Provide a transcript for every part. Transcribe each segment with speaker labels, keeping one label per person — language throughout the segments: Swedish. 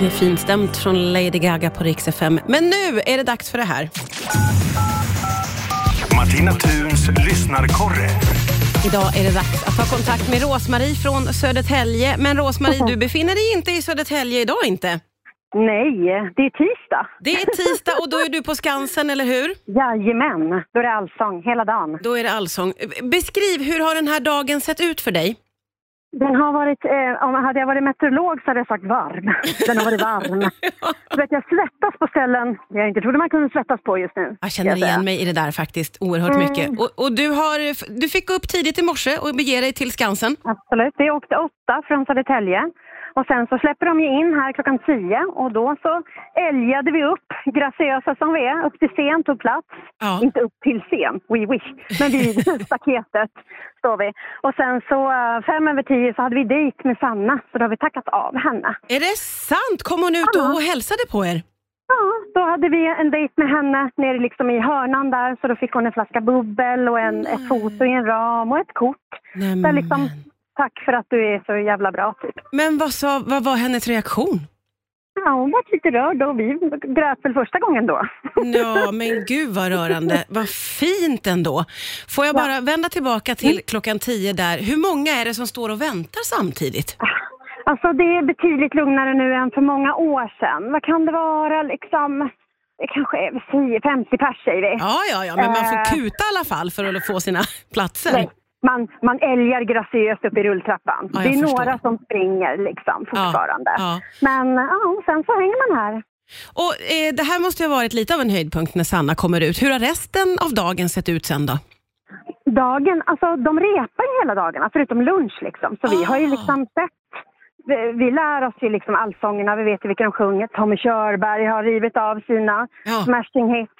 Speaker 1: Det är finstämt från Lady Gaga på Rix FM. Men nu är det dags för det här.
Speaker 2: Martina Thuns lyssnarkorre.
Speaker 1: Idag är det dags att ta kontakt med Rosmarie från Södertälje. Men Rosmarie, du befinner dig inte i Södertälje idag inte.
Speaker 3: Nej, det är tisdag.
Speaker 1: Det är tisdag och då är du på Skansen, eller hur?
Speaker 3: Jajamän, då är det allsång hela dagen.
Speaker 1: Då är det allsång. Beskriv, hur har den här dagen sett ut för dig?
Speaker 3: Den har varit, eh, om jag hade jag varit meteorolog så hade jag sagt varm. Den har varit varm. Du vet, jag svettas på ställen jag inte trodde man kunde svettas på just nu.
Speaker 1: Jag
Speaker 3: ska
Speaker 1: känner
Speaker 3: säga.
Speaker 1: igen mig i det där faktiskt, oerhört mycket. Och, och du, har, du fick gå upp tidigt i morse och bege dig till Skansen.
Speaker 3: Absolut. Det åkte åtta från Södertälje. Och sen så släpper de ju in här klockan tio och då så älgade vi upp, graciösa som vi är, upp till scen, tog plats.
Speaker 1: Ja.
Speaker 3: Inte upp till scen, we wish, men vid staketet står vi. Och sen så eh, fem över tio så hade vi dejt med Sanna, så då har vi tackat av henne.
Speaker 1: Är det sant? Kom hon ut och, och hälsade på er?
Speaker 3: Ja, då hade vi en dejt med henne nere liksom i hörnan där, så då fick hon en flaska bubbel och en, ett foto i en ram och ett kort. Där
Speaker 1: Nämen.
Speaker 3: liksom, tack för att du är så jävla bra, typ.
Speaker 1: Men vad, sa, vad var hennes reaktion?
Speaker 3: Ja, hon var lite rörd och vi grät väl första gången då.
Speaker 1: Ja, men gud vad rörande. Vad fint ändå. Får jag bara vända tillbaka
Speaker 3: Mm.
Speaker 1: till klockan tio där. Hur många är det som står och väntar samtidigt?
Speaker 3: Alltså det är betydligt lugnare nu än för många år sedan. Vad kan det vara liksom? Det kanske är 10-50 pers säger vi.
Speaker 1: Ja, ja, ja, men man får
Speaker 3: Eh.
Speaker 1: kuta i alla fall för att få sina platser.
Speaker 3: Nej, Man, man älgar graciöst upp i rulltrappan.
Speaker 1: Ja, jag
Speaker 3: det är
Speaker 1: förstår.
Speaker 3: några som springer liksom fortfarande.
Speaker 1: ja.
Speaker 3: Men ja, sen så hänger man här.
Speaker 1: Och eh, Det här måste ju ha varit lite av en höjdpunkt när Sanna kommer ut. Hur har resten av dagen sett ut sen då?
Speaker 3: Dagen, alltså de repar ju hela dagarna förutom lunch liksom. Så vi har ju
Speaker 1: Ah.
Speaker 3: liksom sett, vi, vi lär oss ju liksom allsångerna, vi vet ju vilka de sjunger. Tommy Körberg har rivit av sina
Speaker 1: Ja.
Speaker 3: smashing hits.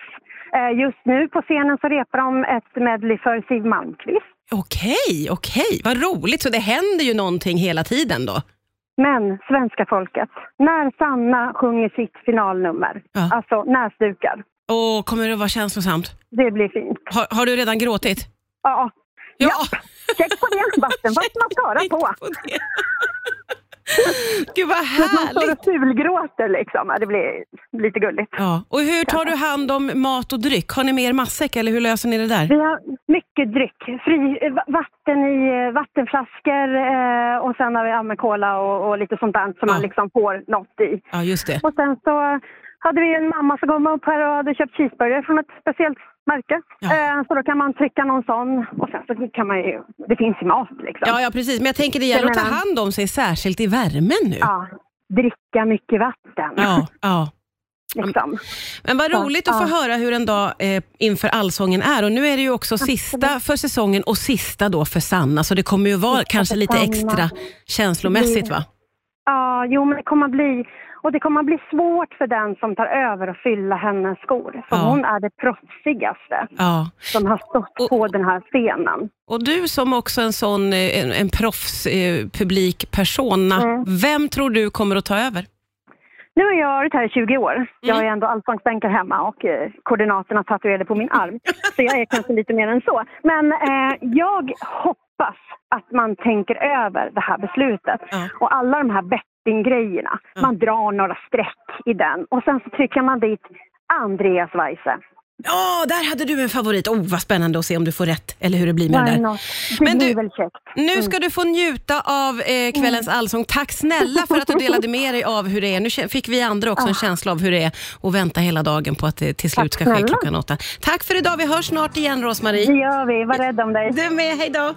Speaker 3: Eh, just nu på scenen så repar de ett medley för Siw Malmkvist.
Speaker 1: Okej, okej. Vad roligt. Så det händer ju någonting hela tiden då?
Speaker 3: Men, svenska folket, när Sanna sjunger sitt finalnummer,
Speaker 1: Ja.
Speaker 3: alltså näsdukar,
Speaker 1: Och kommer det vara känslosamt?
Speaker 3: det blir fint.
Speaker 1: Har, har du redan gråtit?
Speaker 3: Ja,
Speaker 1: Ja.
Speaker 3: check på det, vattenfast mascara på.
Speaker 1: på det. Gud vad
Speaker 3: Man står
Speaker 1: härligt.
Speaker 3: och fulgråter liksom, Ja, det blir lite gulligt.
Speaker 1: Ja. Och hur tar du hand om mat och dryck? Har ni med er matsäck eller hur löser ni det där?
Speaker 3: Vi har mycket dryck. Fri, eh, va- vatten i eh, vattenflaskor eh, och sen har vi ja, med cola och, och lite sånt där som man liksom får något i.
Speaker 1: Ja, just det.
Speaker 3: Och sen så hade vi en mamma som kom upp här och hade köpt cheeseburgare från ett speciellt märke.
Speaker 1: Ja.
Speaker 3: Eh, så då kan man trycka någon sån och sen så kan man ju, det finns ju mat liksom.
Speaker 1: Ja, ja, precis. Men jag tänker det gäller att ta hand om sig, särskilt i värmen nu.
Speaker 3: Ja, dricka mycket vatten.
Speaker 1: Ja, ja.
Speaker 3: Liksom.
Speaker 1: Men vad roligt att få höra hur en dag eh, inför Allsången är. Och nu är det ju också sista för säsongen och sista då för Sanna, så det kommer ju vara kanske
Speaker 3: för
Speaker 1: lite
Speaker 3: Sanna.
Speaker 1: extra känslomässigt va?
Speaker 3: Ja, jo men det kommer att bli och det kommer att bli svårt för den som tar över att fylla hennes skor. För
Speaker 1: Ja.
Speaker 3: hon är det proffsigaste.
Speaker 1: Ja.
Speaker 3: som har stått
Speaker 1: Och-
Speaker 3: på den här scenen.
Speaker 1: Och du som också en sån eh, en, en proffs eh, publikpersona,
Speaker 3: Mm.
Speaker 1: vem tror du kommer att ta över?
Speaker 3: Nu har jag varit här i 20 år.
Speaker 1: Mm.
Speaker 3: Jag har ju ändå allsångsbänkar hemma och eh, koordinaterna tatuerade på min arm. Så jag är kanske lite mer än så. Men eh, jag hoppas att man tänker över det här beslutet
Speaker 1: Ja.
Speaker 3: och alla de här bettinggrejerna. Man drar några streck i den och sen så trycker man dit Andreas Weise.
Speaker 1: Ja, där hade du en favorit. Oh, vad spännande att se om du får rätt, eller hur det blir med det
Speaker 3: Why
Speaker 1: där.
Speaker 3: not? Mm. Det
Speaker 1: Men
Speaker 3: blir
Speaker 1: du-
Speaker 3: väl käckt.
Speaker 1: Nu ska du få njuta av
Speaker 3: Mm.
Speaker 1: eh, kvällens allsång. Tack snälla för att du delade med dig av hur det är. Nu kä- fick vi andra
Speaker 3: Ah.
Speaker 1: också en känsla av hur det är att vänta hela dagen på att det till slut ska ske
Speaker 3: snälla.
Speaker 1: klockan åtta. Tack för idag. Vi hörs snart igen,
Speaker 3: Det
Speaker 1: Rosmarie.
Speaker 3: gör vi. Var rädd om dig.
Speaker 1: Du med. Hej då.